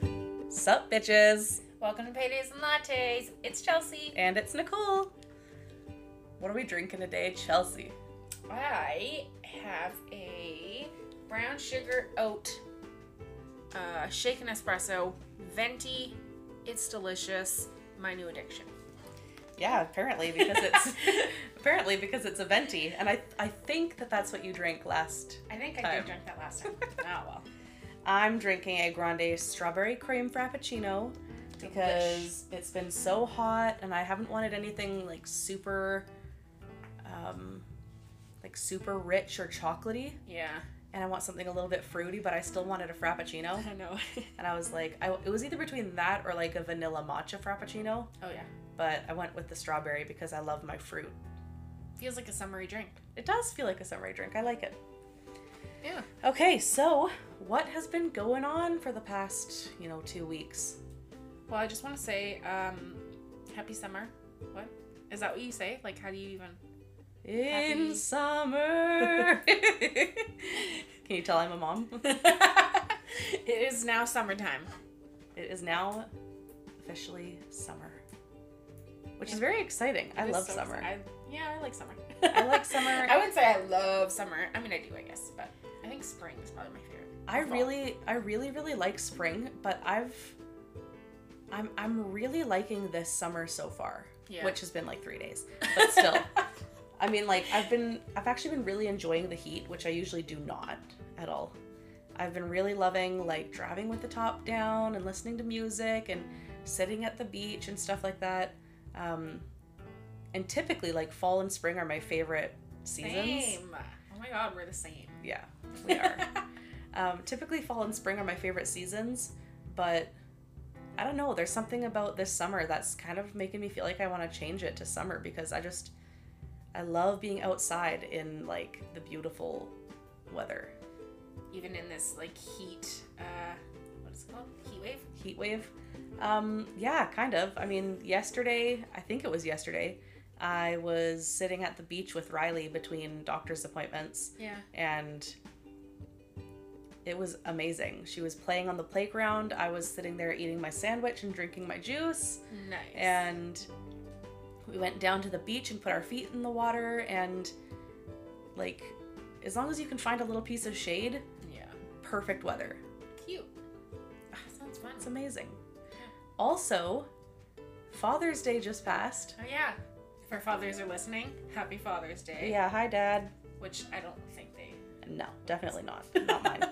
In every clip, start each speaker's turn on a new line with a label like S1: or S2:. S1: What's up, bitches?
S2: Welcome to Paydays and Lattes. It's Chelsea.
S1: And it's Nicole. What are we drinking today, Chelsea?
S2: I have a brown sugar oat, uh, shaken espresso, venti. It's delicious. My new addiction.
S1: Yeah, apparently because it's apparently because it's a venti, and I I think that that's what you drank last.
S2: I think I
S1: Time.
S2: did drink that last time. oh well.
S1: I'm drinking a grande strawberry cream frappuccino because it's been so hot, and I haven't wanted anything like super, um, like super rich or chocolatey,
S2: Yeah.
S1: and I want something a little bit fruity, but I still wanted a frappuccino.
S2: I know.
S1: And I was like, I, it was either between that or like a vanilla matcha frappuccino,
S2: oh yeah.
S1: but I went with the strawberry because I love my fruit.
S2: Feels like a summery drink.
S1: It does feel like a summery drink. I like it.
S2: Yeah.
S1: Okay, so what has been going on for the past, you know, two weeks?
S2: Well, I just want to say, um, happy summer. What? Is that what you say? Like, how do you even?
S1: In
S2: Happy-
S1: summer. Can you tell I'm a mom?
S2: it is now summertime.
S1: It is now officially summer, which is very exciting. I
S2: It is
S1: love
S2: so
S1: summer.
S2: exci- I- yeah, I like summer.
S1: I like summer.
S2: I wouldn't say I love summer. I mean, I do, I guess, but I think spring is probably my favorite.
S1: I
S2: Fall.
S1: really, I really, really like spring, but I've, I'm, I'm really liking this summer so far,
S2: Yeah.
S1: which has been like three days, but still. I mean, like I've been, I've actually been really enjoying the heat, which I usually do not at all. I've been really loving like driving with the top down and listening to music and sitting at the beach and stuff like that. Um, and typically, like fall and spring are my favorite seasons.
S2: Same. Oh my god, we're the same.
S1: Yeah, we are. Um, typically, fall and spring are my favorite seasons, but I don't know. There's something about this summer that's kind of making me feel like I want to change it to summer because I just, I love being outside in like the beautiful weather.
S2: even in this like heat, uh, what is it called? Heat wave.
S1: Heat wave? Um, yeah, kind of. I mean, yesterday, I think it was yesterday, I was sitting at the beach with Riley between doctor's appointments
S2: Yeah.
S1: and it was amazing. She was playing on the playground. I was sitting there eating my sandwich and drinking my juice.
S2: Nice.
S1: And we went down to the beach and put our feet in the water. And, like, as long as you can find a little piece of shade,
S2: yeah.
S1: perfect weather.
S2: Cute. Ah, sounds fun.
S1: It's amazing. Also, Father's Day just passed.
S2: Oh yeah. If our fathers are listening, happy Father's Day.
S1: Yeah, hi, Dad.
S2: Which I don't think they.
S1: No, definitely not. Not mine.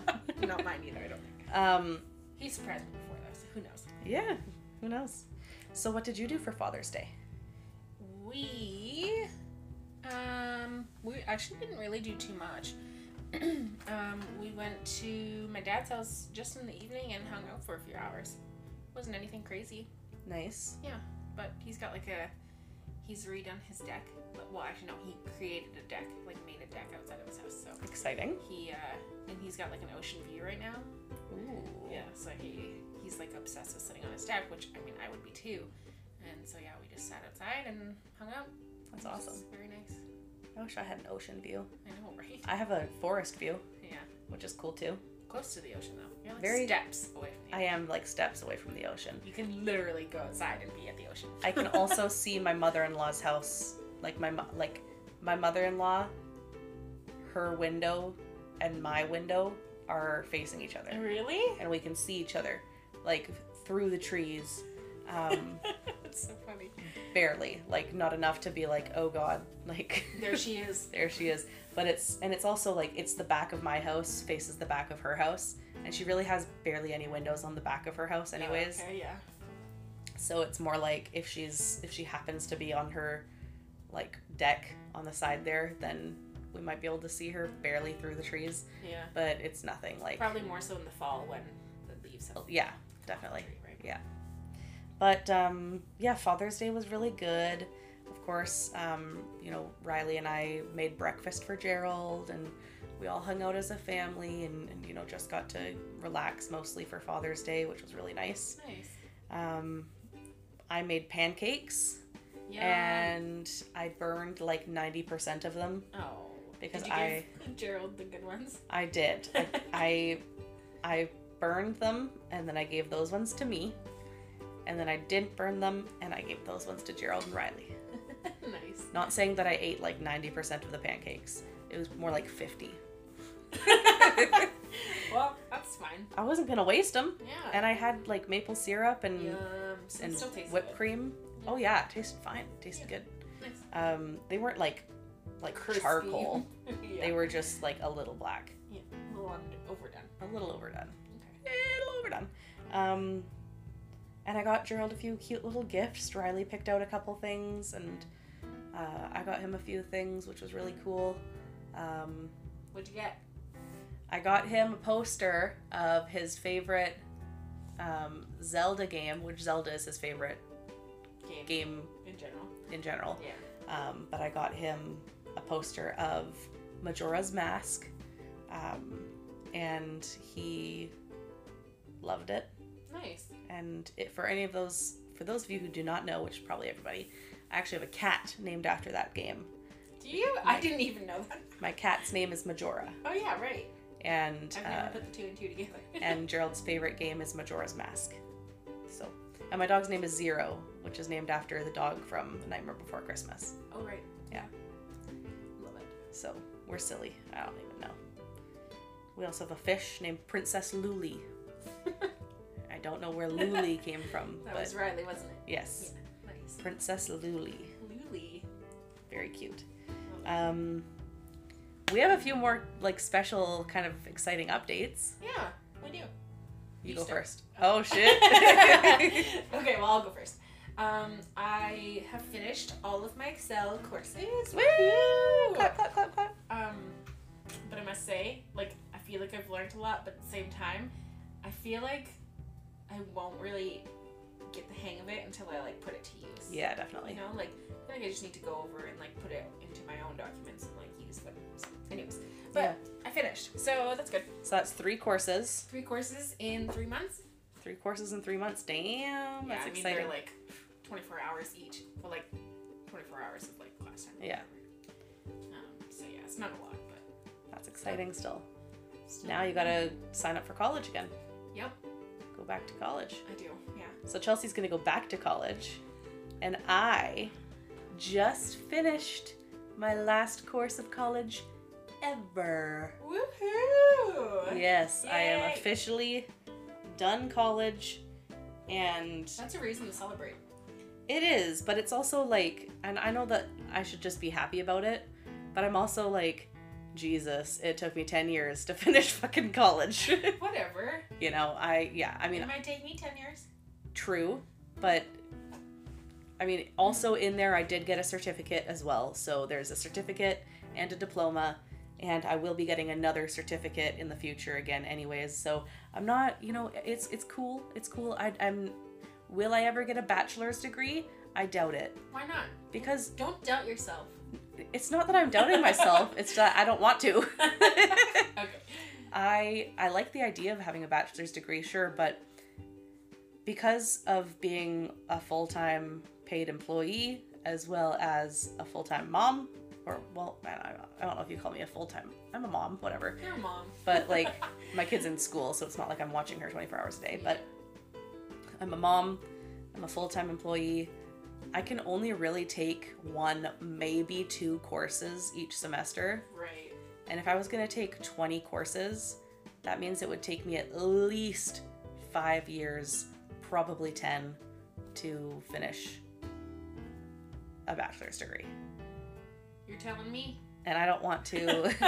S2: Not mine either. I don't think.
S1: um,
S2: He surprised me before though, so who knows?
S1: yeah, who knows? So, what did you do for Father's Day?
S2: We um we actually didn't really do too much. um, we went to my dad's house just in the evening and hung out for a few hours. Wasn't anything crazy,
S1: Nice.
S2: but he's got like a he's redone his deck. But well, actually no, he created a deck, like made a deck outside of his house. So
S1: Exciting.
S2: he uh and he's got like an ocean view right now.
S1: Ooh.
S2: Yeah, so he he's like obsessed with sitting on his deck, which I mean I would be too. And so yeah, we just sat outside and hung out.
S1: That's
S2: which is
S1: awesome.
S2: Very nice.
S1: I wish I had an ocean view.
S2: I know, right?
S1: I have a forest view,
S2: Yeah,
S1: which is cool too.
S2: close to the ocean though. You're like
S1: Very-
S2: steps away from
S1: I
S2: the. ocean.
S1: am like steps away from the ocean.
S2: You can literally go outside and be at the ocean.
S1: I can also see my mother-in-law's house, like my mo- like my mother-in-law, her window and my window are facing each other,
S2: really?
S1: and we can see each other like through the trees. Um,
S2: That's so funny.
S1: barely, like not enough to be like, oh god, like
S2: There she is.
S1: There she is. But it's and it's also like it's the back of my house faces the back of her house, and she really has barely any windows on the back of her house, anyways.
S2: Oh, okay, yeah.
S1: So it's more like if she's if she happens to be on her like deck on the side there, then we might be able to see her barely through the trees.
S2: Yeah.
S1: But it's nothing like
S2: Probably more so in the fall when the leaves have
S1: yeah, definitely.
S2: right?
S1: But um, yeah, Father's Day was really good. Of course, um, you know, Riley and I made breakfast for Gerald and we all hung out as a family and, and you know, just got to relax mostly for Father's Day, which was really nice.
S2: Nice.
S1: Um, I made pancakes
S2: Yeah.
S1: and I burned like 90% of them.
S2: oh.
S1: because
S2: Did you give Gerald the good ones.
S1: I did. I, I, I burned them, and then I gave those ones to me. And then I didn't burn them, and I gave those ones to Gerald and Riley.
S2: nice.
S1: Not saying that I ate like 90% of the pancakes, it was more like 50.
S2: well, that's fine.
S1: I wasn't gonna waste them.
S2: Yeah.
S1: And I had like maple syrup and,
S2: Yum. So it
S1: and
S2: still tastes
S1: whipped
S2: good.
S1: cream. Oh, yeah, it tasted fine. It tasted
S2: Yeah.
S1: good.
S2: Nice.
S1: Um, they weren't like like
S2: Crispy.
S1: charcoal.
S2: yeah.
S1: They were just like a little black,
S2: yeah. a little under- overdone.
S1: a little overdone,
S2: Okay.
S1: a little overdone. Um, and I got Gerald a few cute little gifts. Riley picked out a couple things, and uh, I got him a few things, which was really cool. Um,
S2: What'd you get?
S1: I got him a poster of his favorite um, Zelda game, which Zelda is his favorite
S2: Game,
S1: game
S2: in general.
S1: in general.
S2: Yeah.
S1: Um, but I got him a poster of Majora's Mask, um, and he loved it.
S2: Nice.
S1: And it, for any of those, for those of you who do not know, which is probably everybody, I actually have a cat named after that game.
S2: Do you? I didn't even know that.
S1: My cat's name is Majora,
S2: Oh yeah, right.
S1: and
S2: I've
S1: uh,
S2: never put the two and two together.
S1: and Gerald's favorite game is Majora's Mask. So, and my dog's name is Zero, which is named after the dog from The Nightmare Before Christmas.
S2: oh right.
S1: Yeah.
S2: Love it.
S1: So we're silly. I don't even know. We also have a fish named Princess Luli. I don't know where Luli came from,
S2: That
S1: but
S2: was Riley, wasn't it?
S1: yes,
S2: Nice.
S1: Princess Luli.
S2: Luli.
S1: Very cute.
S2: Love it.
S1: Um, we have a few more like special kind of exciting updates.
S2: yeah. We do.
S1: You
S2: You
S1: go
S2: start.
S1: first. Oh shit.
S2: okay, well, I'll go first. Um, I have finished all of my Excel courses.
S1: Woo! Clap clap clap clap.
S2: Um, but I must say, like, I feel like I've learned a lot, but at the same time, I feel like I won't really get the hang of it until I, like, put it to use.
S1: Yeah,
S2: You
S1: definitely.
S2: know, like, I feel like I just need to go over and, like, put it into my own documents and, like, use them. So, anyways, but
S1: Yeah.
S2: I finished. So that's good.
S1: So that's three courses.
S2: Three courses in three months.
S1: Three courses in three months. Damn,
S2: Yeah,
S1: that's
S2: I mean
S1: exciting.
S2: they're like 24 hours each. Well, like 24 hours of like class time. or
S1: Yeah.
S2: whatever. Um, so yeah, it's not a lot, but
S1: that's exciting still.
S2: still.
S1: Now you gotta sign up for college again.
S2: Yep,
S1: Go back to college.
S2: I do. Yeah.
S1: So Chelsea's gonna go back to college, and I just finished my last course of college ever.
S2: Woohoo!
S1: Yes, I am
S2: Yay.
S1: officially done college, and
S2: That's a reason to celebrate.
S1: it is, but it's also like, and I know that I should just be happy about it, but I'm also like, Jesus, it took me 10 years to finish fucking college.
S2: Whatever.
S1: you know, I, yeah, I mean,
S2: it might take me 10 years.
S1: true, but I mean, also in there, I did get a certificate as well. So there's a certificate and a diploma, and I will be getting another certificate in the future again, anyways. So I'm not, you know, it's it's cool. It's cool. I, I'm. Will I ever get a bachelor's degree? I doubt it
S2: Why not?
S1: because
S2: Don't doubt yourself.
S1: it's not that I'm doubting myself. It's that I don't want to.
S2: Okay.
S1: I I like the idea of having a bachelor's degree, sure, but because of being a full-time paid employee as well as a full-time mom, or well, I don't, I don't know if you call me a full-time. I'm a mom, whatever.
S2: You're a mom.
S1: But like my kid's in school, so it's not like I'm watching her 24 hours a day. But I'm a mom. I'm a full-time employee. I can only really take one, maybe two courses each semester.
S2: Right.
S1: And if I was going to take 20 courses, that means it would take me at least five years, probably 10, to finish a bachelor's degree.
S2: You're telling me.
S1: And I don't want to.
S2: Let's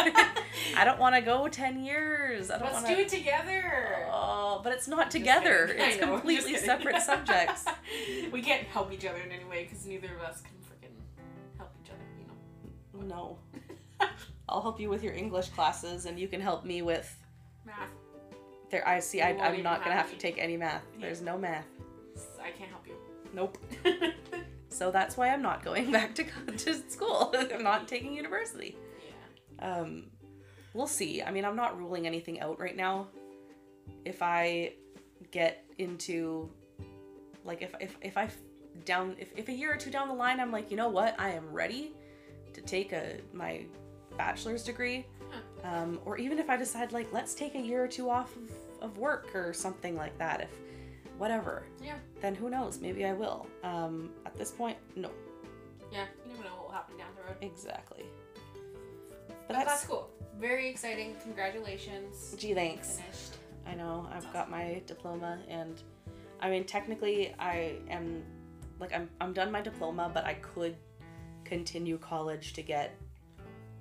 S1: I don't want to go 10 years. I don't want
S2: do it together.
S1: Oh, but it's not
S2: Just
S1: together.
S2: kidding. I
S1: It's
S2: know, I'm just
S1: completely
S2: kidding.
S1: separate subjects.
S2: we can't help each other in any way because neither of us can freaking help each other, you know.
S1: No. I'll help you with your English classes, and you can help me with.
S2: Math.
S1: There, I see. I,
S2: You won't
S1: I'm
S2: even
S1: not gonna
S2: have
S1: have to
S2: me.
S1: take any math.
S2: Yeah.
S1: There's no math.
S2: I can't help you.
S1: Nope. So that's why I'm not going back to, co- to school. I'm not taking university.
S2: yeah.
S1: Um, we'll see. I mean, I'm not ruling anything out right now. If I get into, like, if, if, if I f- down, if, if a year or two down the line, I'm like, you know what? I am ready to take a my bachelor's degree.
S2: Huh.
S1: Um, or even if I decide, like, let's take a year or two off of, of work or something like that, if whatever,
S2: Yeah.
S1: then who knows? Maybe I will. Um, at this point, no.
S2: Yeah. You never know what will happen down the road.
S1: Exactly. But
S2: But that's cool. Very exciting. Congratulations.
S1: Gee, thanks.
S2: Finished.
S1: I know. I've got my diploma, and I mean, technically, I am like I'm I'm done my diploma, but I could continue college to get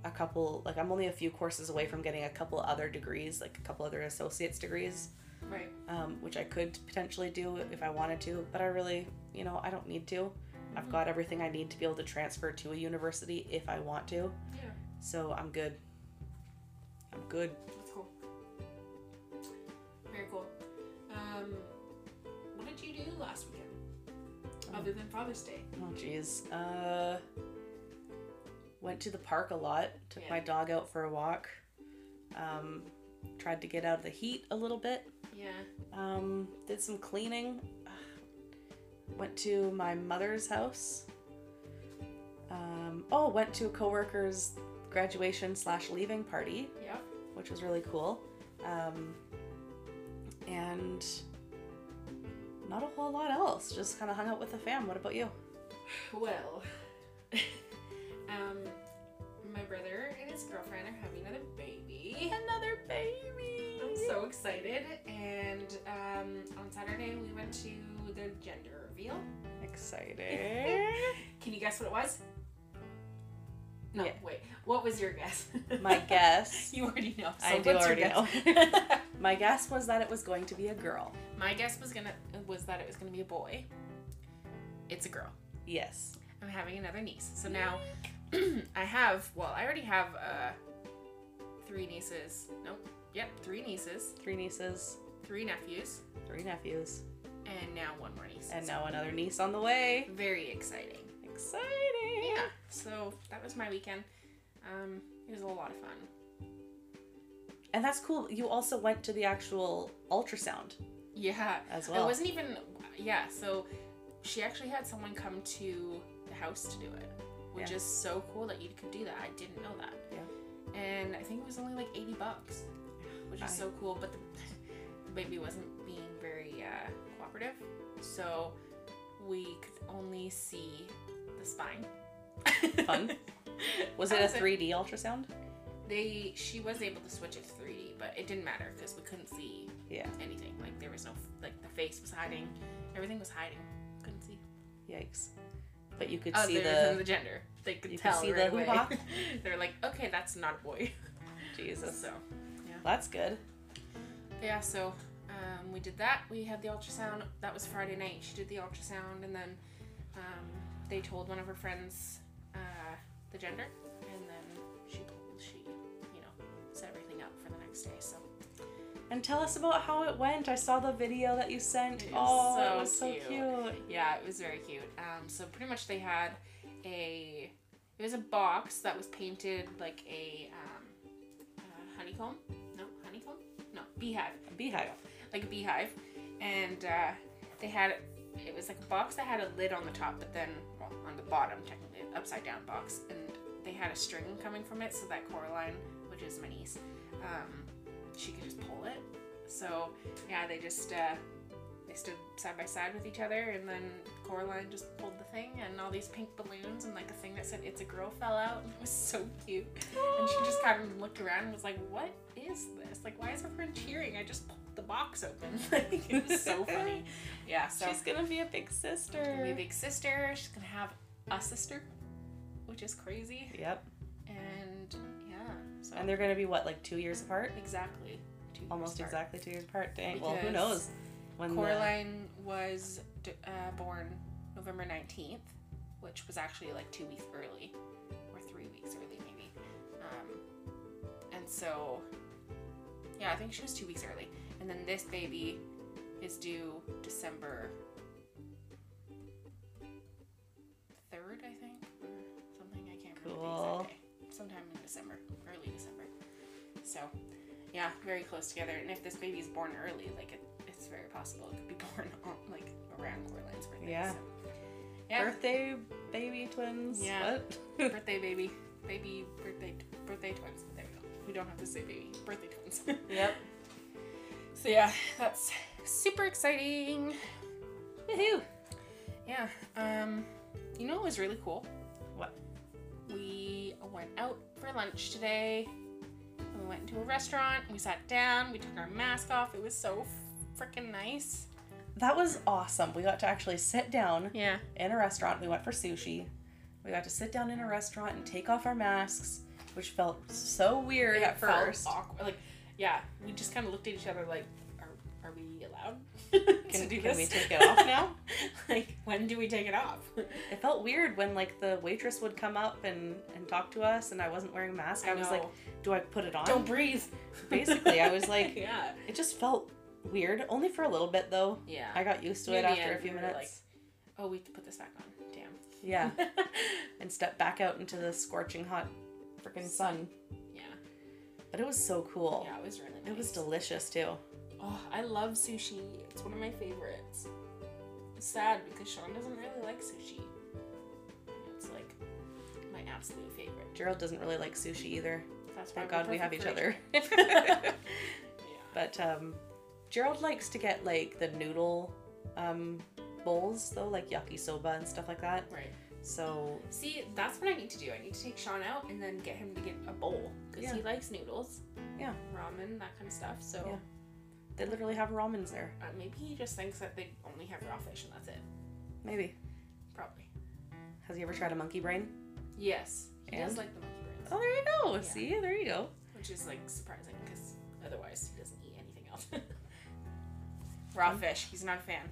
S1: a couple. Like I'm only a few courses away from getting a couple other degrees, like a couple other associate's degrees,
S2: Right.
S1: um, which I could potentially do if I wanted to. But I really, you know, I don't need to. I've got everything I need to be able to transfer to a university if I want to.
S2: Yeah.
S1: So I'm good. I'm good.
S2: That's cool. Very cool. Um, what did you do last weekend? Other than Father's Day.
S1: Oh jeez. Uh went to the park a lot, took
S2: Yeah.
S1: my dog out for a walk. Um tried to get out of the heat a little bit.
S2: Yeah.
S1: Um did some cleaning. Went to my mother's house. Um oh, went to a coworker's graduation slash leaving party,
S2: Yeah.
S1: which was really cool. Um and not a whole lot else. Just kind of hung out with the fam. What about you?
S2: Well, um, my brother and his girlfriend are having another baby.
S1: Another baby.
S2: I'm so excited. And um, on Saturday, we went to the gender reveal.
S1: excited.
S2: Can you guess what it was? No,
S1: Yeah.
S2: wait. What was your guess?
S1: My guess.
S2: You already know. So
S1: I do
S2: what's your
S1: already know.
S2: guess?
S1: My guess was that it was going to be a girl.
S2: My guess was gonna was that it was gonna be a boy. It's a girl.
S1: Yes.
S2: I'm having another niece. So now I have well, I already have uh three nieces. Nope. Yep, three nieces,
S1: Three nieces,
S2: three nephews,
S1: three nephews,
S2: and now one more niece.
S1: and now another niece on the way.
S2: very exciting.
S1: Exciting.
S2: Yeah. So that was my weekend. Um, it was a lot of fun.
S1: And that's cool. You also went to the actual ultrasound
S2: Yeah.
S1: as
S2: It
S1: well.
S2: wasn't even yeah, so she actually had someone come to the house to do it. Which
S1: Yeah.
S2: is so cool that you could do that. I didn't know that. Yeah. And I think it was only like 80 bucks, which is
S1: I-
S2: so cool, but the, the baby wasn't being very uh, cooperative. So we could only see the spine.
S1: Fun. was it
S2: I
S1: a
S2: was like-
S1: 3D ultrasound?
S2: They she was able to switch it to 3D, but it didn't matter because we couldn't see
S1: Yeah.
S2: anything. Like there was no like the face was hiding, everything was hiding. Couldn't see.
S1: Yikes. But you could
S2: Other
S1: see
S2: than
S1: the
S2: the gender, they could
S1: you could
S2: tell
S1: see
S2: right
S1: the
S2: away.
S1: hoo-ha?
S2: They're like, okay, that's not a boy.
S1: Jesus.
S2: So
S1: That's good.
S2: yeah, so um, we did that. We had the ultrasound. That was Friday night. She did the ultrasound, and then um, they told one of her friends uh, the gender, and then she she you know set everything up for the next day. So
S1: And tell us about how it went. I saw the video that you sent.
S2: It is
S1: oh,
S2: so
S1: it was so
S2: cute.
S1: cute.
S2: Yeah, it was very cute. Um, so pretty much they had a it was a box that was painted like a um, uh, honeycomb. No honeycomb. No beehive.
S1: Beehive.
S2: Like a beehive, and uh, they had it was like a box that had a lid on the top, but then well, on the bottom technically an upside down box, and they had a string coming from it so that Coraline, which is my niece, um, she could just pull it. So yeah, they just. Uh, they stood side by side with each other, and then Coraline just pulled the thing, and all these pink balloons and like a thing that said "It's a girl" fell out. It was so cute, and she just kind of looked around and was like, "What is this? Like, why is everyone cheering? I just pulled the box open." Like, it was so funny. Yeah, so
S1: She's gonna be a big
S2: gonna be a
S1: sister.
S2: big sister. She's gonna have a sister, which is crazy.
S1: Yep.
S2: And yeah, so
S1: And they're gonna be what, like two years apart?
S2: exactly two years
S1: Almost
S2: apart.
S1: exactly two years apart. Dang. well, who
S2: Because
S1: knows? When the-
S2: Coraline was d- uh, born November 19th, which was actually like two weeks early, or three weeks early, maybe. Um, and so, yeah, I think she was two weeks early. And then this baby is due December 3rd, I think, or something. I can't remember the
S1: Cool.
S2: exact day. Sometime in December, early December. So, yeah, very close together. And if this baby is born early, like it, it's very possible it could be born on, like around Coraline's birthday.
S1: Yeah.
S2: So. Yeah.
S1: birthday baby twins.
S2: Yeah.
S1: What?
S2: birthday baby, baby birthday birthday twins. There we go. we don't have to say baby. Birthday twins.
S1: Yep.
S2: so yeah, that's super exciting.
S1: Woohoo!
S2: Yeah. Um, you know what was really cool?
S1: What?
S2: We went out for lunch today. and We went into a restaurant. We sat down. We took our mask off. It was so freaking nice.
S1: That was awesome. We got to actually sit down
S2: Yeah.
S1: in a restaurant. We went for sushi. We got to sit down in a restaurant and take off our masks, which felt so weird
S2: It
S1: at
S2: felt
S1: first.
S2: awkward. Like, yeah, we just kind of looked at each other like, are, are we allowed to
S1: Can-
S2: do
S1: can
S2: this?
S1: we take it off now?
S2: like, when do we take it off?
S1: It felt weird when like the waitress would come up and and talk to us, and I wasn't wearing a mask. I, was like,
S2: know.
S1: do I put it on?
S2: don't breathe.
S1: Basically, I was like-
S2: yeah,
S1: It just felt weird, only for a little bit though.
S2: yeah.
S1: I got used to
S2: In
S1: it
S2: the
S1: after
S2: end,
S1: a few
S2: we were
S1: minutes.
S2: oh, we have to put this back on. Damn.
S1: Yeah, and stepped back out into the scorching hot freaking sun.
S2: yeah.
S1: But it was so cool.
S2: Yeah, it was really nice.
S1: Oh. It was delicious too.
S2: Oh, I love sushi. It's one of my favorites. It's sad because Sean doesn't really like sushi. It's like my absolute favorite.
S1: Gerald doesn't really like sushi either.
S2: That's
S1: Thank
S2: why we're
S1: God we have each
S2: perfect
S1: other.
S2: for each- yeah.
S1: but um, Gerald likes to get like the noodle um, bowls though, like yakisoba and stuff like that.
S2: Right.
S1: So
S2: See, that's what I need to do. I need to take Sean out and then get him to get a bowl because
S1: Yeah.
S2: he likes noodles.
S1: Yeah.
S2: Ramen, that kind of stuff. So
S1: Yeah. they literally have ramens there.
S2: uh, maybe he just thinks that they only have raw fish and that's it.
S1: Maybe.
S2: Probably.
S1: Has he ever tried a monkey brain?
S2: Yes. He does
S1: And?
S2: like the monkey brains.
S1: Oh, there you go.
S2: Yeah.
S1: See, there you go.
S2: which is like surprising because otherwise he doesn't eat anything else. Raw fish, he's not a fan.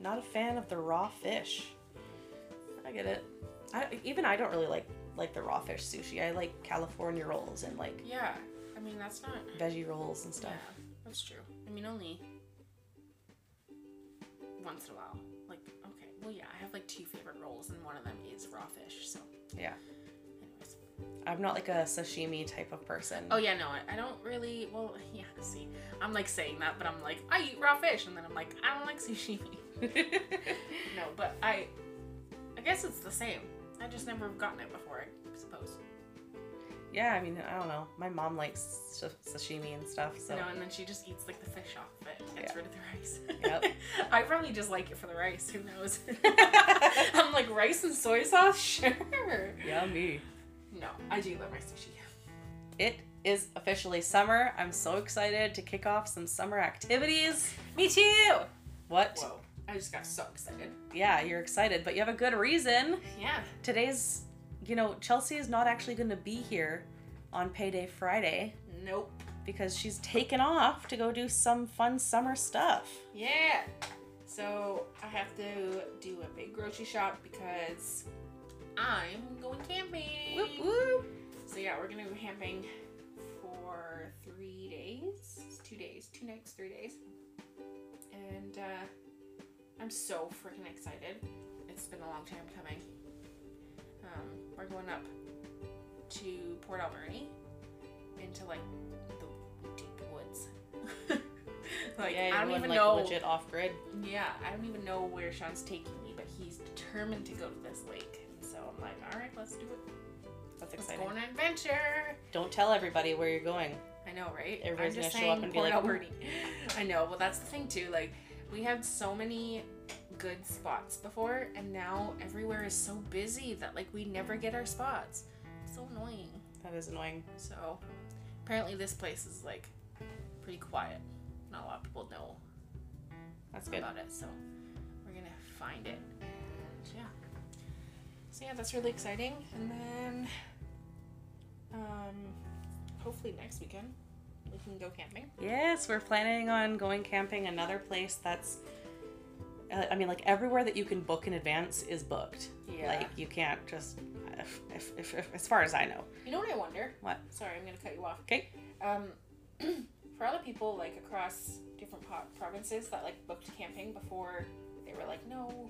S1: Not a fan of the raw fish. I get it. I, even I don't really like like the raw fish sushi. I like California rolls and like
S2: Yeah, I mean that's not.
S1: veggie rolls and stuff.
S2: Yeah, that's true. I mean only once in a while. Like okay, well yeah, I have like two favorite rolls and one of them is raw fish. So
S1: Yeah.
S2: anyways,
S1: I'm not like a sashimi type of person.
S2: oh yeah, no, I, I don't really. Well yeah, see, I'm like saying that, but I'm like I eat raw fish, and then I'm like I don't like sushi. No, but I I guess it's the same. I just never have gotten it before, I suppose.
S1: yeah, I mean, I don't know. My mom likes sa- sashimi and stuff, so
S2: You know, and then she just eats like the fish off of it, and gets
S1: Oh, Yeah.
S2: rid of the rice.
S1: Yep.
S2: I probably just like it for the rice, who knows? I'm like rice and soy sauce? Sure.
S1: yummy.
S2: No, I do love my sushi.
S1: It is officially summer. I'm so excited to kick off some summer activities.
S2: Me too!
S1: What?
S2: Whoa. I just got so excited.
S1: Yeah, you're excited, but you have a good reason.
S2: Yeah.
S1: Today's, you know, Chelsea is not actually going to be here on payday Friday
S2: Nope.
S1: because she's taken off to go do some fun summer stuff.
S2: Yeah. So I have to do a big grocery shop because I'm going camping.
S1: Whoop whoop.
S2: So yeah, we're gonna go camping for three days, two days, two nights, three days, and uh, I'm so freaking excited. It's been a long time coming. Um, we're going up to Port Alberni into like the deep woods. like
S1: yeah,
S2: I
S1: you
S2: don't
S1: went,
S2: even
S1: like,
S2: know.
S1: Legit off grid.
S2: Yeah, I don't even know where Sean's taking me, but he's determined to go to this lake. And so I'm like, all right, let's do it.
S1: That's
S2: Let's
S1: exciting.
S2: go on an adventure.
S1: Don't tell everybody where you're going.
S2: I know, right?
S1: Everybody's
S2: I'm just
S1: gonna show up
S2: saying
S1: and be
S2: Port
S1: like,
S2: Alberni. I know. Well, that's the thing too. Like, we had so many good spots before, and now everywhere is so busy that like we never get our spots. so annoying.
S1: That is annoying.
S2: So, apparently this place is like pretty quiet. Not a lot of people know
S1: That's good.
S2: about it. So we're gonna find it. And yeah. So yeah, that's really exciting. And then um hopefully next weekend we can go camping.
S1: Yes, we're planning on going camping. Another place that's, uh, I mean, like everywhere that you can book in advance is booked. Like you can't just, if, if, if, if, as far as I know.
S2: you know what I wonder?
S1: What?
S2: Sorry, I'm gonna cut you off.
S1: 'Kay.
S2: Um for all the people like across different po- provinces that like booked camping before they were like no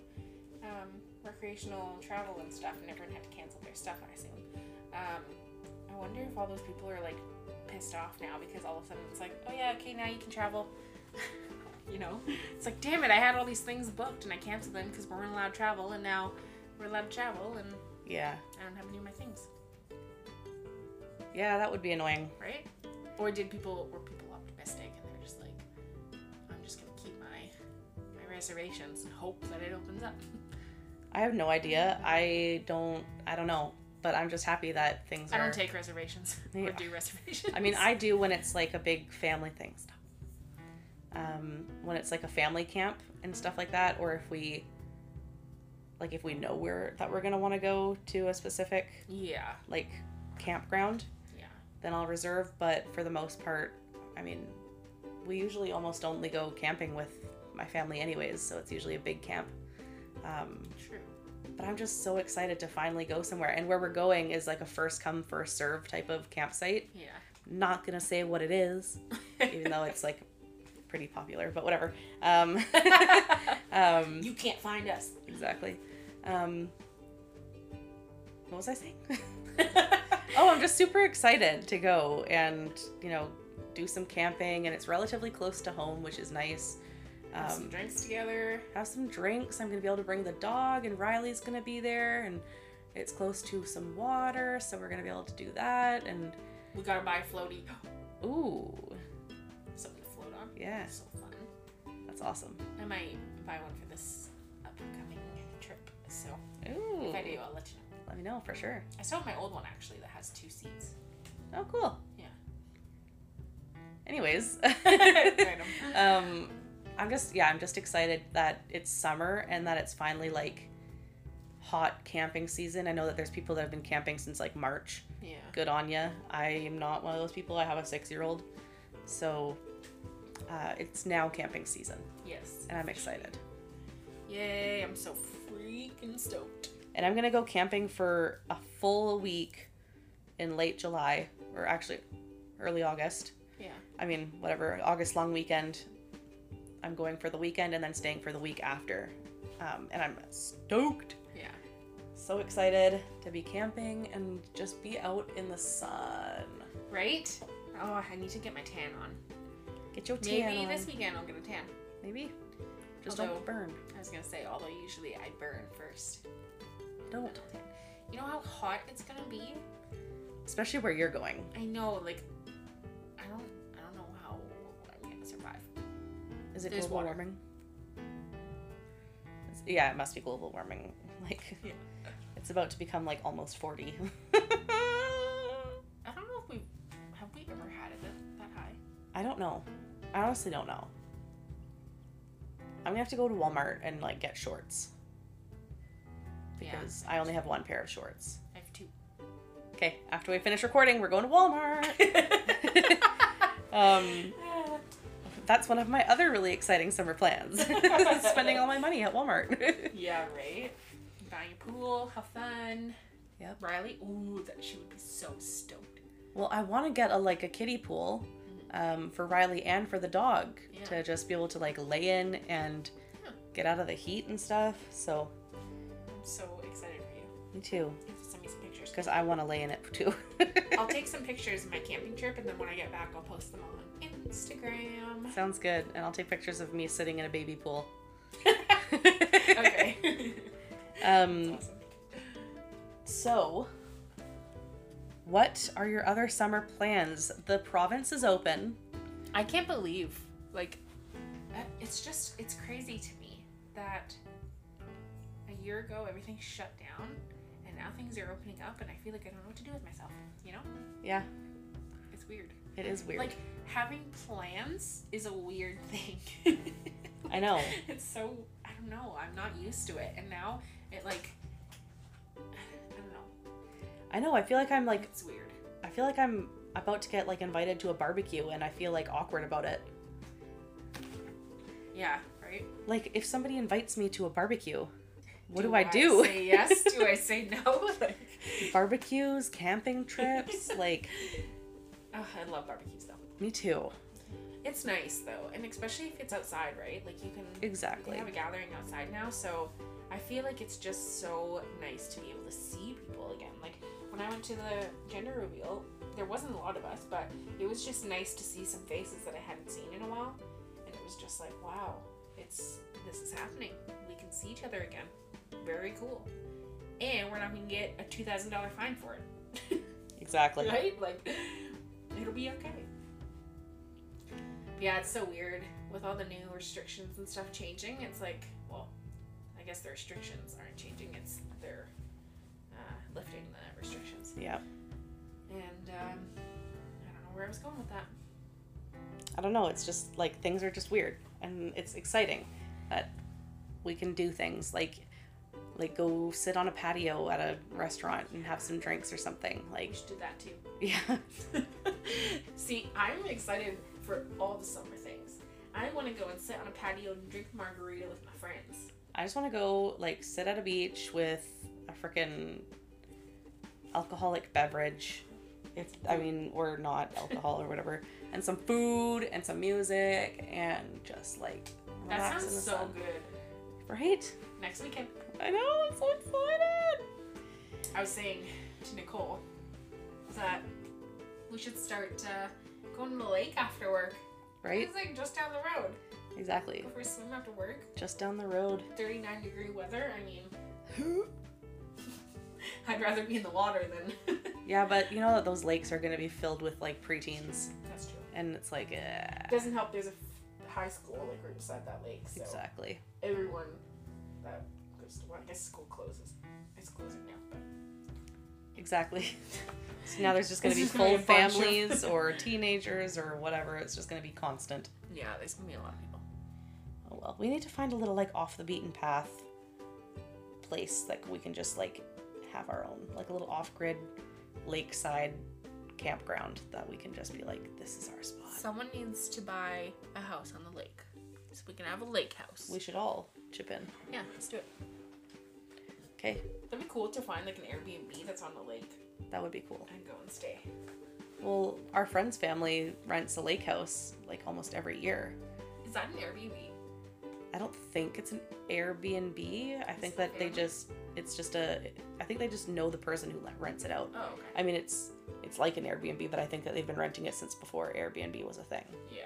S2: um, recreational travel and stuff and everyone had to cancel their stuff I assume um, I wonder if all those people are like pissed off now because all of a sudden it's like, oh yeah, okay, now you can travel. you know, it's like, damn it, I had all these things booked and I canceled them because we weren't allowed to travel, and now we're allowed to travel, and
S1: Yeah.
S2: I don't have any of my things.
S1: Yeah, Yeah, that would be annoying.
S2: right? Or did people were people optimistic and they're just like, I'm just gonna keep my my reservations and hope that it opens up.
S1: I have no idea. I don't. I don't know. But I'm just happy that things
S2: I
S1: are.
S2: don't take reservations
S1: Yeah.
S2: or do reservations.
S1: I mean, I do when it's like a big family thing. Stop. Um, when it's like a family camp and stuff like that, or if we, like, if we know we're that we're gonna want to go to a specific
S2: yeah,
S1: like campground,
S2: yeah,
S1: then I'll reserve. But for the most part, I mean, we usually almost only go camping with my family, anyways. So it's usually a big camp. Um,
S2: true.
S1: but I'm just so excited to finally go somewhere. And where we're going is like a first come, first serve type of campsite.
S2: Yeah.
S1: Not gonna say what it is, even though it's like pretty popular, but whatever. Um, um,
S2: you can't find us.
S1: exactly. Um, what was I saying? oh, I'm just super excited to go and, you know, do some camping. And it's relatively close to home, which is nice.
S2: Have some
S1: Um,
S2: drinks together.
S1: have some drinks. I'm gonna be able to bring the dog, and Riley's gonna be there, and it's close to some water, so we're gonna be able to do that. And
S2: We gotta buy a floaty.
S1: ooh,
S2: Something to float on.
S1: yeah,
S2: So fun.
S1: that's awesome.
S2: I might buy one for this upcoming trip. So
S1: Ooh,
S2: if I do, I'll let you know.
S1: let me know for sure.
S2: I still have my old one actually that has two seats.
S1: Oh, cool.
S2: Yeah.
S1: Anyways,
S2: Random.
S1: um, I'm just yeah, I'm just excited that it's summer and that it's finally like hot camping season. I know that there's people that have been camping since like March.
S2: Yeah.
S1: good on you. I am not one of those people. I have a six year old. So uh, it's now camping season,
S2: Yes.
S1: and I'm excited.
S2: Yay, I'm so freaking stoked.
S1: And I'm going to go camping for a full week in late July, or actually early August.
S2: Yeah.
S1: I mean, whatever, August long weekend. I'm going for the weekend and then staying for the week after. Um, and I'm stoked.
S2: Yeah.
S1: So excited to be camping and just be out in the sun.
S2: Right? Oh, I need to get my tan on.
S1: Get your tan
S2: Maybe
S1: on.
S2: this weekend I'll get a tan.
S1: Maybe. Just
S2: Although-
S1: don't burn.
S2: I was gonna say, although usually I burn first.
S1: Don't.
S2: You know how hot it's gonna be?
S1: Especially where you're going.
S2: I know, like I don't I don't know how I'm gonna survive.
S1: Is it
S2: There's
S1: global
S2: water.
S1: warming? It's- yeah, it must be global warming. Like,
S2: Yeah.
S1: it's about to become like almost 40.
S2: I don't know if we have we ever had it that, that high.
S1: I don't know. I honestly don't know. I'm gonna have to go to Walmart and like get shorts because I only have one pair of shorts.
S2: I have two.
S1: Okay, after we finish recording, we're going to Walmart. Um, that's one of my other really exciting summer plans. Spending all my money at Walmart.
S2: yeah, right. Buying a pool, have fun.
S1: Yep.
S2: Riley, ooh, that she would be so stoked.
S1: Well, I want to get a like a kiddie pool um, for Riley and for the dog
S2: Mm-hmm. Yeah.
S1: to just be able to like lay in and
S2: Yeah.
S1: get out of the heat and stuff. So
S2: I'm so excited for you.
S1: me too,
S2: You have to send me some pictures.
S1: because I want to lay in it too.
S2: I'll take some pictures of my camping trip, and then when I get back, I'll post them on Instagram.
S1: Sounds good, and I'll take pictures of me sitting in a baby pool.
S2: okay.
S1: Um,
S2: awesome.
S1: so, what are your other summer plans? The province is open.
S2: I can't believe, like, uh, it's just, it's crazy to me that a year ago everything shut down, and now things are opening up, and I feel like I don't know what to do with myself. You know,
S1: Yeah,
S2: it's weird.
S1: it is weird.
S2: Like having plans is a weird thing.
S1: I know.
S2: It's so I don't know. I'm not used to it, and now it like I don't know.
S1: I know. I feel like I'm like
S2: It's weird.
S1: I feel like I'm about to get like invited to a barbecue and I feel like awkward about it.
S2: Yeah. Right.
S1: Like if somebody invites me to a barbecue, what do,
S2: I
S1: I do?
S2: Say yes. Do I say no? Like,
S1: Barbecues, camping trips, like
S2: oh, I love barbecues though.
S1: me too.
S2: It's nice though, and especially if it's outside, right? Like you can you can
S1: Exactly.
S2: have a gathering outside now. So I feel like it's just so nice to be able to see people again. Like when I went to the gender reveal, there wasn't a lot of us, but it was just nice to see some faces that I hadn't seen in a while, and it was just like, wow, it's this is happening. We can see each other again. Very cool. And we're not gonna get a two thousand dollar fine for it.
S1: Exactly.
S2: right? Like, it'll be okay. Yeah, it's so weird with all the new restrictions and stuff changing. It's like, well, I guess the restrictions aren't changing. It's they're uh, lifting the restrictions.
S1: Yeah.
S2: And um, I don't know where I was going with that.
S1: I don't know. It's just like things are just weird, and it's exciting that we can do things like like go sit on a patio at a restaurant and have some drinks or something.
S2: We
S1: Like
S2: should do that too.
S1: yeah,
S2: See, I'm excited for all the summer things. I want to go and sit on a patio and drink margarita with my friends.
S1: I just want to go like sit at a beach with a freaking alcoholic beverage. If I mean we're not alcohol or whatever, and some food and some music and just like
S2: That
S1: relax in the
S2: sounds so
S1: sun.
S2: good.
S1: Right?
S2: Next weekend,
S1: I know. I'm so excited.
S2: I was saying to Nicole that we should start uh, going to the lake after work.
S1: Right?
S2: It's like just down the road.
S1: Exactly.
S2: If we swim after work,
S1: Just down the road.
S2: 39 degree weather, I mean, I'd rather be in the water than.
S1: Yeah, but you know that those lakes are going to be filled with like preteens,
S2: That's true.
S1: and it's like, eh,
S2: Doesn't help, there's a f- high school like right beside that lake, so
S1: exactly.
S2: everyone that goes to, well, I guess school closes. It's closing now, but.
S1: Exactly. so now there's just going to
S2: It's
S1: be
S2: just gonna be
S1: full
S2: a bunch of-
S1: families or teenagers or whatever. It's just going to be constant.
S2: Yeah, there's gonna be a lot of people.
S1: Oh well, we need to find a little like off the beaten path place that we can just like have our own, like a little off grid lakeside campground that we can just be like, this is our spot.
S2: Someone needs to buy a house on the lake. So we can have a lake house.
S1: We should all chip in.
S2: yeah, let's do it.
S1: Okay,
S2: That'd be cool to find like an Airbnb that's on the lake
S1: that would be cool.
S2: and go and stay.
S1: Well, our friend's family rents a lake house like almost every year.
S2: Is that an Airbnb?
S1: I don't think it's an Airbnb. I think
S2: it
S1: that they
S2: family?
S1: just it's just a I think they just know the person who le- rents it out.
S2: Oh, okay.
S1: I mean, it's it's like an Airbnb, but I think that they've been renting it since before Airbnb was a thing.
S2: Yeah.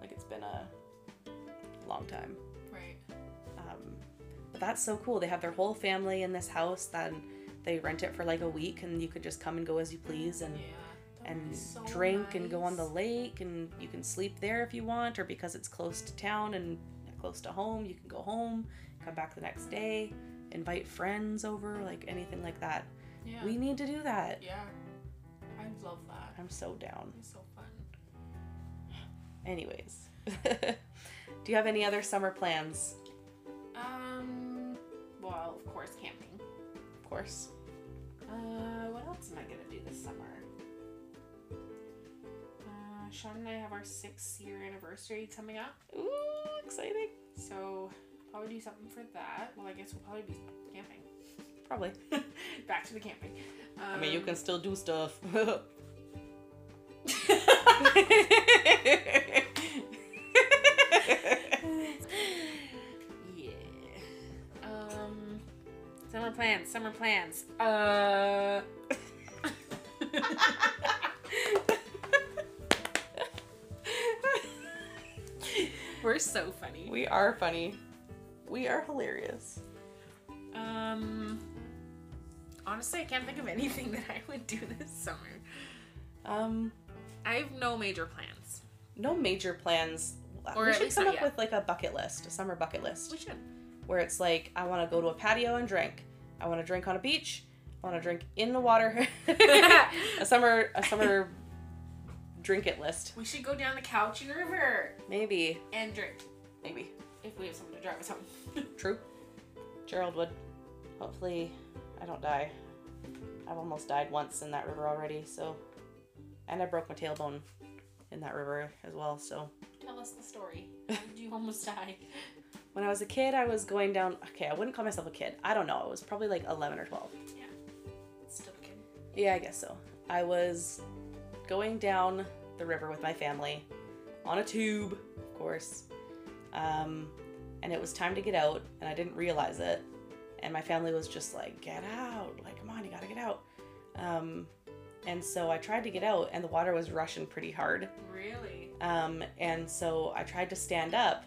S1: Like it's been a long time.
S2: Right.
S1: Um, but that's so cool. They have their whole family in this house. Then they rent it for like a week, and you could just come and go as you please. And
S2: Yeah. That would be
S1: and
S2: so
S1: drink and go on the
S2: nice.
S1: lake and you can sleep there if you want or because it's close to town and close to home you can go home come back the next day invite friends over like anything like that
S2: Yeah.
S1: we need to do that
S2: yeah. I love that.
S1: i'm so down
S2: It's so fun.
S1: anyways do you have any other summer plans
S2: Um. Well, of course, camping.
S1: of course
S2: Uh, what else am I gonna do this summer? Uh, Sean and I have our six year anniversary coming up,
S1: ooh exciting
S2: so probably do something for that. Well, I guess we'll probably be camping.
S1: probably
S2: Back to the camping. Um,
S1: i mean you can still do stuff
S2: yeah. Um, summer plans. Summer plans. Uh. We're so funny.
S1: we are funny we are hilarious
S2: Um. Honestly, I can't think of anything that I would do this summer.
S1: um
S2: I have no major plans.
S1: no major plans.
S2: Or
S1: we
S2: at
S1: should
S2: least
S1: come
S2: not
S1: up
S2: yet.
S1: with like a bucket list, a summer bucket list,
S2: We should.
S1: where it's like I want to go to a patio and drink. I want to drink on a beach. I want to drink in the water. a summer, a summer drink it list.
S2: we should go down the couch and river
S1: Maybe,
S2: and drink
S1: maybe.
S2: if we have someone to drive us home.
S1: True. Gerald would. Hopefully, I don't die. I've almost died once in that river already, so. And I broke my tailbone in that river as well, so.
S2: Tell us the story. How did you almost die?
S1: When I was a kid, I was going down. Okay, I wouldn't call myself a kid. I don't know. I was probably like 11 or 12.
S2: Still a kid.
S1: Yeah, I guess so. I was going down the river with my family on a tube, of course. Um, and it was time to get out, and I didn't realize it. And my family was just like, get out. Like, come on, you gotta get out. Um, and so I tried to get out, and the water was rushing pretty hard.
S2: Really?
S1: Um, and so I tried to stand up.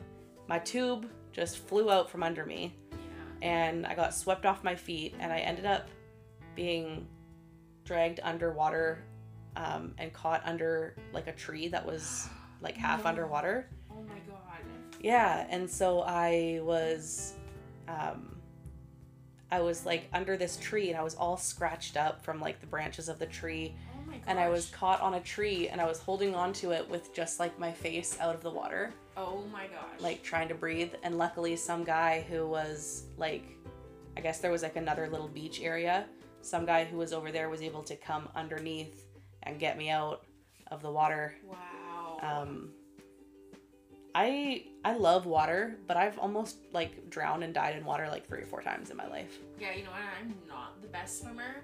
S1: My tube just flew out from under me.
S2: Yeah.
S1: and I got swept off my feet and I ended up being dragged underwater um, and caught under like a tree that was like half
S2: No.
S1: underwater.
S2: Oh my god.
S1: Yeah, and so I was, um, I was like under this tree, and I was all scratched up from like the branches of the tree,
S2: Oh my gosh.
S1: and I was caught on a tree, and I was holding onto it with just like my face out of the water,
S2: Oh my gosh.
S1: like trying to breathe. And luckily, some guy who was like, I guess there was like another little beach area. Some guy who was over there was able to come underneath and get me out of the water
S2: Wow.
S1: um i i love water but i've almost like drowned and died in water like three or four times in my life
S2: yeah, you know what? I'm not the best swimmer.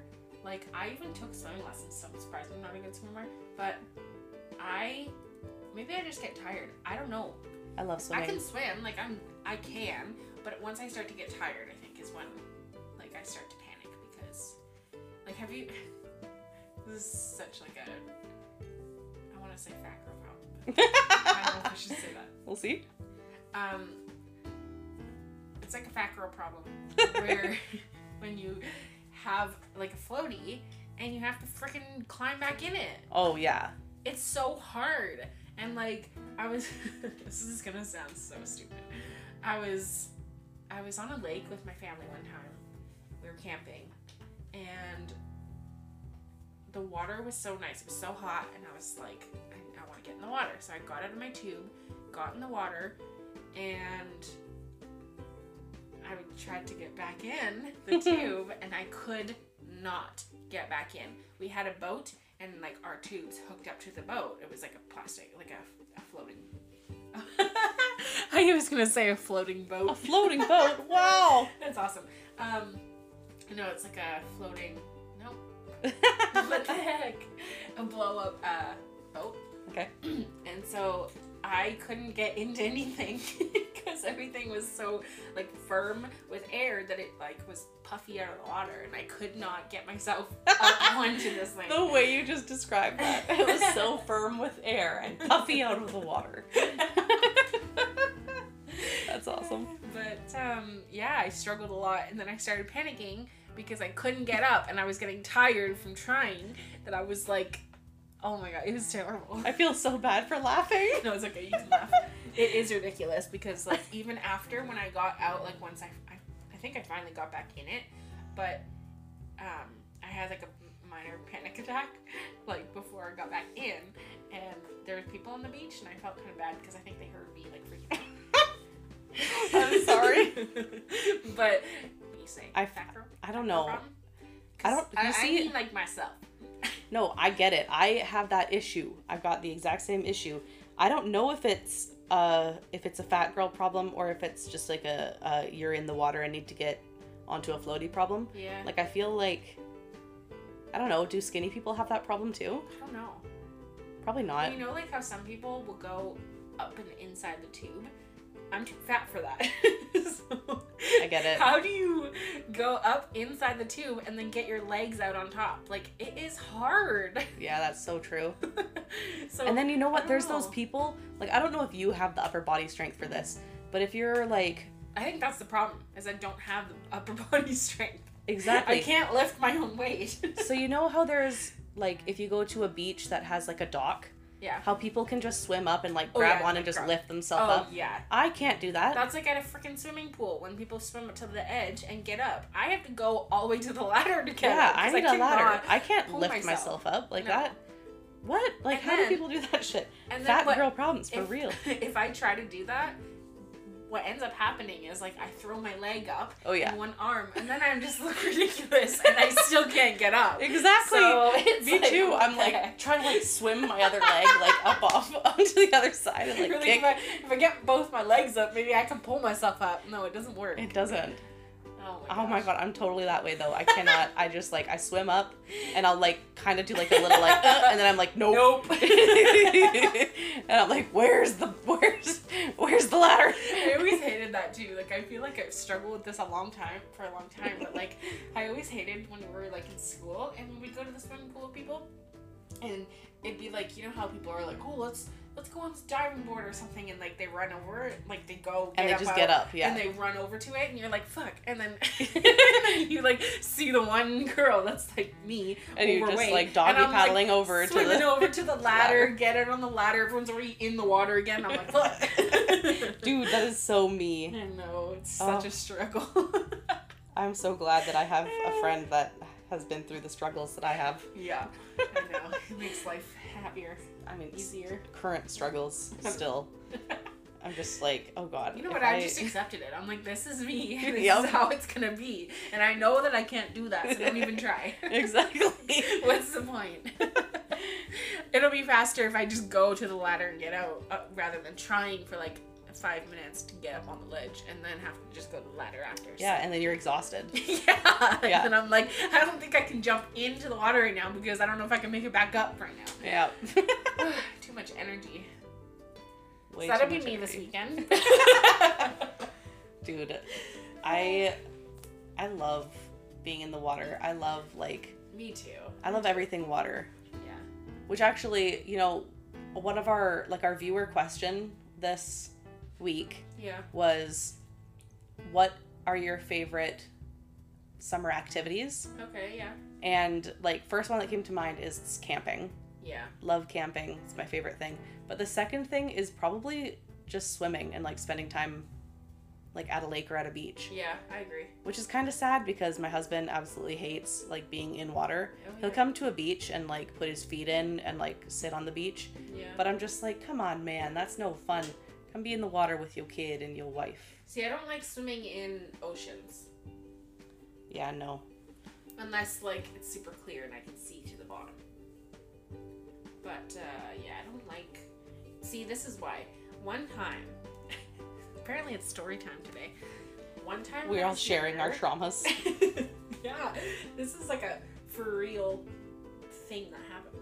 S2: Like I even took swimming lessons, so I'm surprised I'm not a good swimmer. But I maybe I just get tired. I don't know.
S1: i love swimming
S2: I can swim, like I'm I can, but once I start to get tired, I think is when like I start to panic because like have you this is such like a I wanna say fat girl problem, but I don't know if I should say that.
S1: we'll see
S2: Um it's like a fat girl problem where when you have like a floaty and you have to freaking climb back in it
S1: oh yeah
S2: it's so hard and like i was this is gonna sound so stupid i was i was on a lake with my family one time we were camping and the water was so nice it was so hot and i was like i, I want to get in the water so i got out of my tube got in the water and i tried to get back in the tube and i could not get back in we had a boat and like our tubes hooked up to the boat. It was like a plastic, like a, a floating. I was gonna say a floating boat.
S1: a floating boat wow
S2: That's awesome. Um, no, it's like a floating. No, what the
S1: okay
S2: heck? A blow up uh, boat. And so I couldn't get into anything because everything was so like firm with air that it like was puffy out of the water, and I could not get myself up onto this thing.
S1: the way you just described that it was so firm with air and puffy out of the water that's awesome
S2: But um, yeah, I struggled a lot, and then I started panicking because I couldn't get up, and I was getting tired from trying. That I was like, oh my god, it was terrible.
S1: i feel so bad for laughing
S2: no, it's okay. You can laugh. It is ridiculous because like even after when I got out, like once I, I, I think I finally got back in it, but um, I had like a minor panic attack like before I got back in, and there were people on the beach, and I felt kind of bad because I think they heard me like freaking. out.
S1: I'm sorry.
S2: but what do you say
S1: I-
S2: fat girl?
S1: i don't know
S2: Problem?
S1: I don't-
S2: 'Cause
S1: you
S2: I, I
S1: see-
S2: mean like myself.
S1: No, I get it. I have that issue. I've got the exact same issue. I don't know if it's uh if it's a fat girl problem or if it's just like a uh, you're in the water and need to get onto a floaty problem.
S2: Yeah.
S1: Like I feel like I don't know, do skinny people have that problem too?
S2: I don't know.
S1: Probably not.
S2: you know, like how some people will go up and inside the tube. I'm too fat for that. So,
S1: I get it.
S2: How do you go up inside the tube and then get your legs out on top? Like it is hard.
S1: Yeah, that's so true.
S2: so
S1: And then you know
S2: I
S1: what?
S2: don't
S1: There's those
S2: know.
S1: people. Like I don't know if you have the upper body strength for this, but if you're like
S2: I think that's the problem is I don't have the upper body strength.
S1: exactly
S2: I can't lift my own weight.
S1: so you know how there's like if you go to a beach that has like a dock
S2: yeah.
S1: how people can just swim up and like
S2: Oh,
S1: grab
S2: yeah,
S1: on
S2: like
S1: and just
S2: grab.
S1: lift themselves
S2: Oh
S1: up.
S2: yeah.
S1: I can't do that.
S2: That's like at a freaking swimming pool when people swim up to the edge and get up. I have to go all the way to the ladder to get
S1: yeah,
S2: up.
S1: I
S2: 'cause
S1: need a
S2: cannot.
S1: ladder. I can't
S2: pull
S1: lift
S2: myself.
S1: myself, up like
S2: No.
S1: that. What? Like,
S2: And
S1: how
S2: then-
S1: do people do that shit?
S2: And
S1: Fat
S2: what-
S1: girl problems for
S2: if-
S1: real.
S2: If I try to do that, what ends up happening is like I throw my leg up
S1: Oh yeah,
S2: in one arm, and then I'm just look ridiculous, and I still can't get up.
S1: exactly.
S2: So it's
S1: Me
S2: like,
S1: too. I'm
S2: okay.
S1: like trying to like swim my other leg like up off onto the other side and like
S2: Really,
S1: kick.
S2: if, I, if I get both my legs up, maybe I can pull myself up. No, it doesn't work.
S1: It doesn't.
S2: oh my,
S1: Oh my
S2: gosh.
S1: god, I'm totally that way though. I cannot. I just like I swim up and I'll like kind of do like a little like uh, and then I'm like nope. and I'm like, where's the where's where's the ladder?
S2: I always hated that too. Like I feel like I've struggled with this a long time for a long time, but like I always hated when we were like in school and we would go to the swimming pool with people and it'd be like you know how people are like, oh let's let's go on this diving board or something, and like they run over, it, like they go
S1: and they
S2: up
S1: just
S2: out-
S1: get up. Yeah.
S2: and they run over to it, and you're like, fuck. And then, and then you like see the one girl that's like me,
S1: And you're just,
S2: overweight,
S1: like, doggy
S2: and I'm,
S1: paddling over to
S2: swimming
S1: the-
S2: over to the ladder, get it on the ladder. Everyone's already in the water again. I'm like, fuck.
S1: Dude, that is so me.
S2: I know it's such
S1: Oh.
S2: a struggle.
S1: I'm so glad that I have a friend that has been through the struggles that I have.
S2: yeah, I know. It makes life happier,
S1: I mean, s-
S2: easier.
S1: current struggles still. I'm just like, oh god.
S2: You know
S1: if
S2: what? I, just accepted it. I'm like, this is me. This
S1: Yep.
S2: is how it's gonna be, and I know that I can't do that, so don't even try.
S1: exactly.
S2: What's the point? It'll be faster if I just go to the ladder and get out uh, rather than trying for like five minutes to get up on the ledge and then have to just go to the ladder after. so-
S1: Yeah, and then you're exhausted.
S2: yeah.
S1: Yeah.
S2: And I'm like, I don't think I can jump into the water right now because I don't know if I can make it back up right now.
S1: Yeah.
S2: too much energy.
S1: Way
S2: so that'll
S1: too
S2: be
S1: much
S2: me this
S1: energy.
S2: weekend.
S1: Dude, I I love being in the water. I love like
S2: me too.
S1: I love everything water.
S2: Yeah.
S1: Which actually, you know, one of our like our viewer question this week
S2: Yeah.
S1: was what are your favorite summer activities?
S2: Okay. Yeah.
S1: And like first one that came to mind is camping.
S2: Yeah.
S1: Love camping. It's my favorite thing. But the second thing is probably just swimming and like spending time like at a lake or at a beach,
S2: Yeah. I agree.
S1: which is kind of sad because my husband absolutely hates like being in water.
S2: Oh,
S1: He'll
S2: yeah.
S1: come to a beach and like put his feet in and like sit on the beach,
S2: Yeah.
S1: but I'm just like, "Come on, man, that's no fun. Come be in the water with your kid and your wife."
S2: See, I don't like swimming in oceans.
S1: Yeah, no.
S2: Unless like it's super clear and I can see to the bottom. But uh, yeah, I don't like. See, this is why. One time, apparently it's story time today. One time when
S1: We're
S2: I
S1: all
S2: was
S1: sharing our
S2: younger-
S1: traumas.
S2: yeah, this is like a for real thing that happened.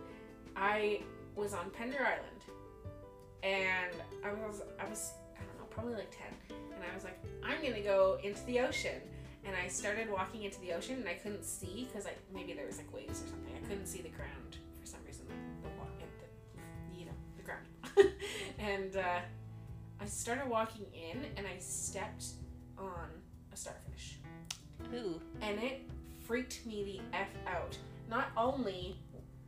S2: I was on Pender Island, and I was I was I don't know probably like ten, and I was like I'm gonna go into the ocean, and I started walking into the ocean, and I couldn't see because I maybe there was like waves or something. I couldn't see the ground for some reason, like the wa- the, you know the ground, and uh, I started walking in, and I stepped on a starfish
S1: Ooh.
S2: and it freaked me the f out. Not only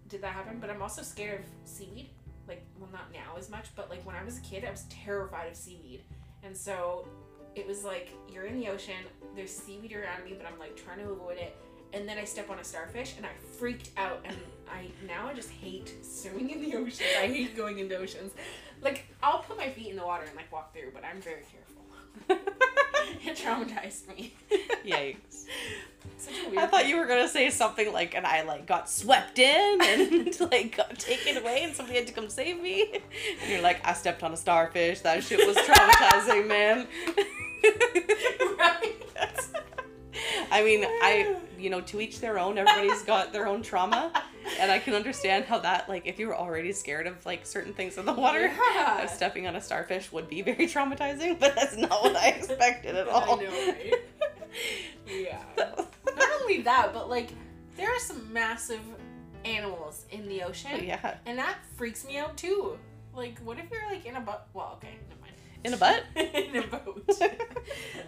S2: did that happen, but I'm also scared of seaweed. Like, well, not now as much, but like when I was a kid, I was terrified of seaweed, and so it was like you're in the ocean, there's seaweed around me, but I'm like trying to avoid it, and then I step on a starfish, and I freaked out, and I now I just hate swimming in the ocean. I hate going into oceans. Like, I'll put my feet in the water and like walk through, but I'm very careful. it traumatized me.
S1: Yikes.
S2: Such a weird
S1: I thought you were gonna say something like, and I like got swept in and like got taken away, and somebody had to come save me. And you're like, I stepped on a starfish. That shit was traumatizing, man.
S2: right?
S1: I mean, I you know, to each their own. Everybody's got their own trauma, and I can understand how that like if you were already scared of like certain things in the water.
S2: Yeah.
S1: Stepping on a starfish would be very traumatizing, but that's not what I expected at all.
S2: I know, right? yeah. Not only that, but like there are some massive animals in the ocean,
S1: yeah.
S2: and that freaks me out too. Like, what if you're like in a boat? Well, okay, never mind.
S1: In a butt?
S2: in a boat.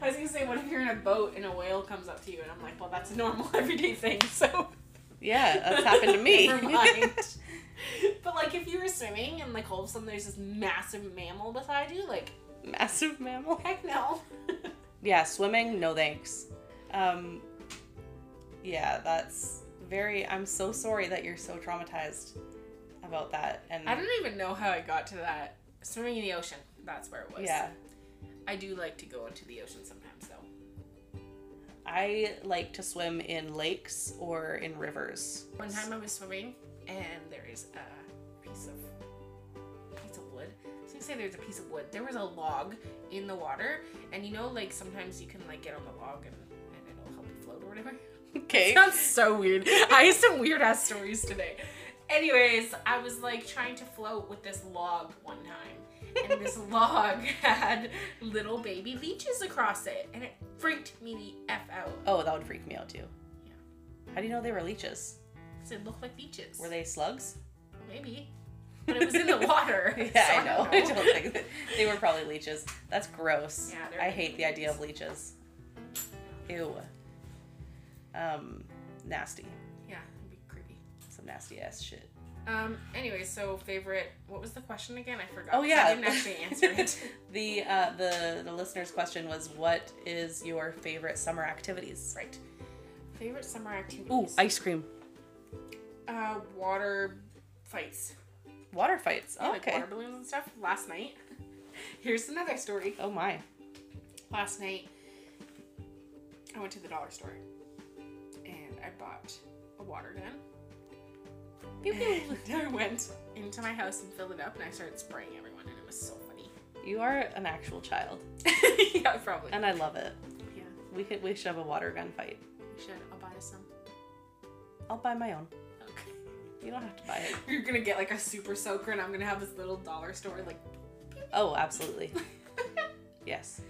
S2: I was gonna say, what if you're in a boat and a whale comes up to you, and I'm like, well, that's a normal everyday thing. So
S1: Yeah, that's happened to me.
S2: Never mind. but like, if you were swimming and like all of a sudden there's this massive mammal beside you, like,
S1: Massive mammal.
S2: heck no.
S1: Yeah, swimming, no thanks. Um, yeah, that's very. I'm so sorry that you're so traumatized about that. And
S2: I don't even know how I got to that. Swimming in the ocean. That's where it was.
S1: yeah,
S2: I do like to go into the ocean sometimes though.
S1: I like to swim in lakes or in rivers.
S2: One time I was swimming and there is a piece of piece of wood. So you say there's a piece of wood. There was a log in the water, and you know, like sometimes you can like get on the log and, and it'll help you float or whatever.
S1: Okay.
S2: Sounds so weird. I have some weird ass stories today. Anyways, I was like trying to float with this log one time, and this log had little baby leeches across it, and it freaked me the f out.
S1: Oh, that would freak me out too.
S2: Yeah.
S1: How do you know they were leeches?
S2: 'Cause It looked like leeches.
S1: Were they slugs?
S2: maybe. But it was in the water. so
S1: Yeah, I know. I don't think that- they were probably leeches. That's gross.
S2: Yeah, they're
S1: I hate the idea of leeches. Ew. Um, nasty.
S2: Yeah, it'd be creepy.
S1: Some nasty ass shit.
S2: Um. Anyway, so favorite. What was the question again? I forgot.
S1: Oh
S2: 'cause
S1: yeah.
S2: I didn't actually answer it.
S1: the uh, the the listener's question was, "What is your favorite summer activities?"
S2: right. Favorite summer activities.
S1: Ooh, ice cream,
S2: uh, water fights.
S1: water fights.
S2: Yeah, Like
S1: okay.
S2: water balloons and stuff. Last night. Here's another story.
S1: Oh my.
S2: Last night, I went to the dollar store, and I bought a water gun.
S1: Pew, pew.
S2: And I went into my house and filled it up, and I started spraying everyone, and it was so funny.
S1: You are an actual child,
S2: yeah, probably.
S1: and I love it.
S2: yeah.
S1: We could we should have a water gun fight.
S2: We should. I'll buy us some.
S1: I'll buy my own.
S2: Okay.
S1: You don't have to buy it.
S2: You're gonna get like a super soaker, and I'm gonna have this little dollar store. Like,
S1: Oh, absolutely. Yes.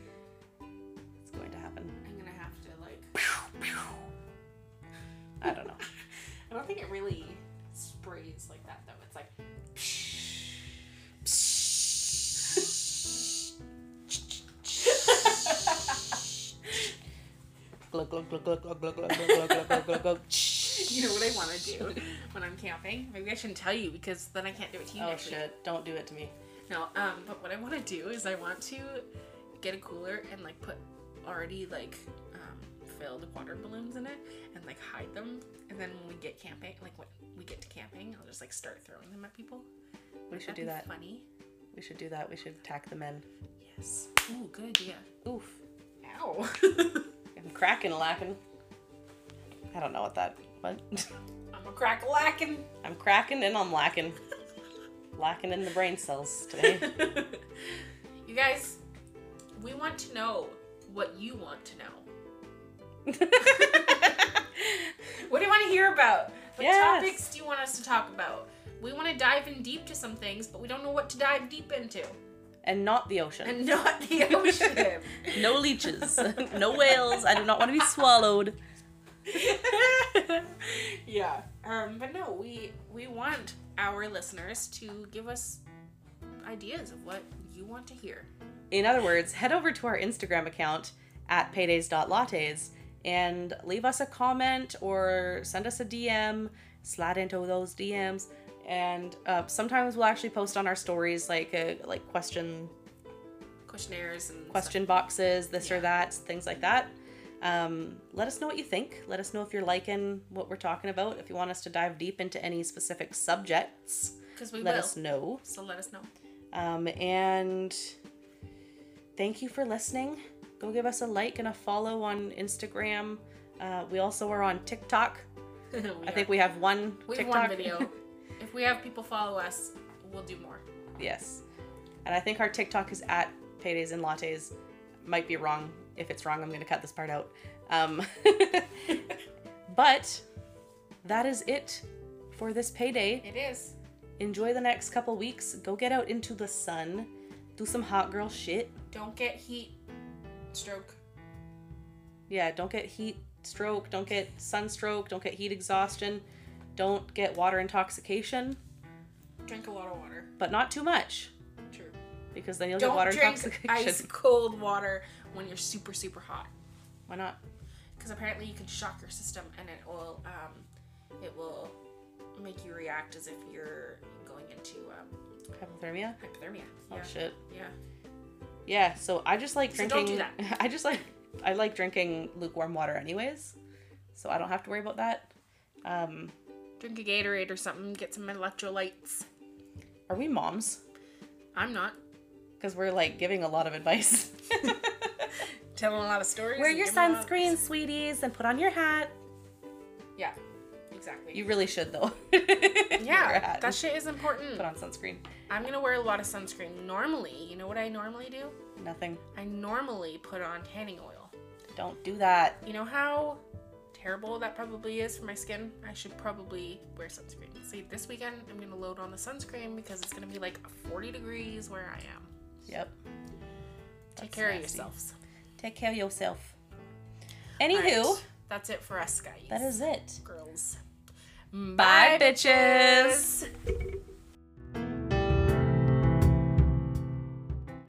S1: It's going to happen.
S2: I'm gonna have to like.
S1: I don't know.
S2: I don't think it really sprays like that though. It's like.
S1: Glug glug glug glug glug glug glug glug glug glug glug glug.
S2: you know what I want to do when I'm camping? Maybe I shouldn't tell you because then I can't do it to you.
S1: Oh
S2: next week.
S1: shit! Don't do it to me.
S2: No, um, but what I want to do is I want to get a cooler and like put already like um, filled water balloons in it and like hide them. And then when we get camping, like when we get to camping, I'll just like start throwing them at people.
S1: We should
S2: That'd
S1: do
S2: be
S1: that.
S2: Funny.
S1: We should do that. We should attack the men.
S2: Yes. Ooh, good idea.
S1: Oof!
S2: Ow.
S1: I'm cracking lacking. I don't know what that. What?
S2: I'm a crack lacking.
S1: I'm cracking and I'm lacking. Lacking in the brain cells today.
S2: you guys, we want to know what you want to know. What do you want to hear about? What
S1: Yes.
S2: topics do you want us to talk about? We want to dive in deep to some things, but we don't know what to dive deep into.
S1: and not the ocean.
S2: And not the ocean.
S1: No leeches. no whales. I do not want to be swallowed.
S2: yeah. Um, but no, we we want our listeners to give us ideas of what you want to hear.
S1: In other words, head over to our Instagram account at paydays.lattes and leave us a comment or send us a DM, slide into those DMs. And uh, sometimes we'll actually post on our stories like a, like question
S2: Questionnaires and
S1: question boxes, this
S2: Yeah.
S1: or that, things like that. Um, let us know what you think. Let us know if you're liking what we're talking about. If you want us to dive deep into any specific subjects,
S2: because we
S1: let
S2: will.
S1: us know.
S2: So let us know.
S1: Um, and thank you for listening. Go give us a like and a follow on Instagram. Uh, we also are on TikTok. I think we have one
S2: we have
S1: TikTok
S2: one video. if we have people follow us, we'll do more.
S1: yes, and I think our TikTok is at paydays and lattes. Might be wrong. If it's wrong, I'm going to cut this part out. Um, but that is it for this payday.
S2: It is.
S1: Enjoy the next couple weeks. Go get out into the sun. Do some hot girl shit.
S2: Don't get heat stroke.
S1: Yeah, don't get heat stroke, don't get sunstroke, don't get heat exhaustion, don't get water intoxication,
S2: Drink a lot of water.
S1: but not too much
S2: True.
S1: because then you'll get
S2: Don't
S1: water
S2: drink
S1: intoxication.
S2: ice cold water when you're super super hot,
S1: Why not?
S2: because apparently you can shock your system and it will um, it will make you react as if you're going into um,
S1: Hypothermia?
S2: hypothermia.
S1: Oh
S2: yeah.
S1: shit.
S2: Yeah.
S1: Yeah, so I just like
S2: So
S1: drinking
S2: don't do
S1: I just like I like drinking lukewarm water anyways. So I don't have to worry about that. Um
S2: Drink a Gatorade or something. Get some electrolytes.
S1: are we moms?
S2: I'm not
S1: Because we're like giving a lot of advice.
S2: telling a lot of stories.
S1: Wear
S2: and
S1: your
S2: giving a lot of-
S1: sunscreen, sweeties, and put on your hat.
S2: Yeah. Exactly.
S1: You really should though. Wear a
S2: yeah,
S1: hat.
S2: that shit is important.
S1: put on sunscreen.
S2: I'm gonna wear a lot of sunscreen. Normally, you know what I normally do?
S1: Nothing.
S2: I normally put on tanning oil.
S1: Don't do that.
S2: You know how terrible that probably is for my skin? I should probably wear sunscreen. See, this weekend I'm gonna load on the sunscreen because it's gonna be like 40 degrees where I am.
S1: Yep.
S2: Take
S1: That's
S2: care of
S1: nasty.
S2: yourselves.
S1: Take care of yourself.
S2: All
S1: Anywho,
S2: right, that's it for us, guys.
S1: that is it.
S2: girls.
S1: Bye, bitches.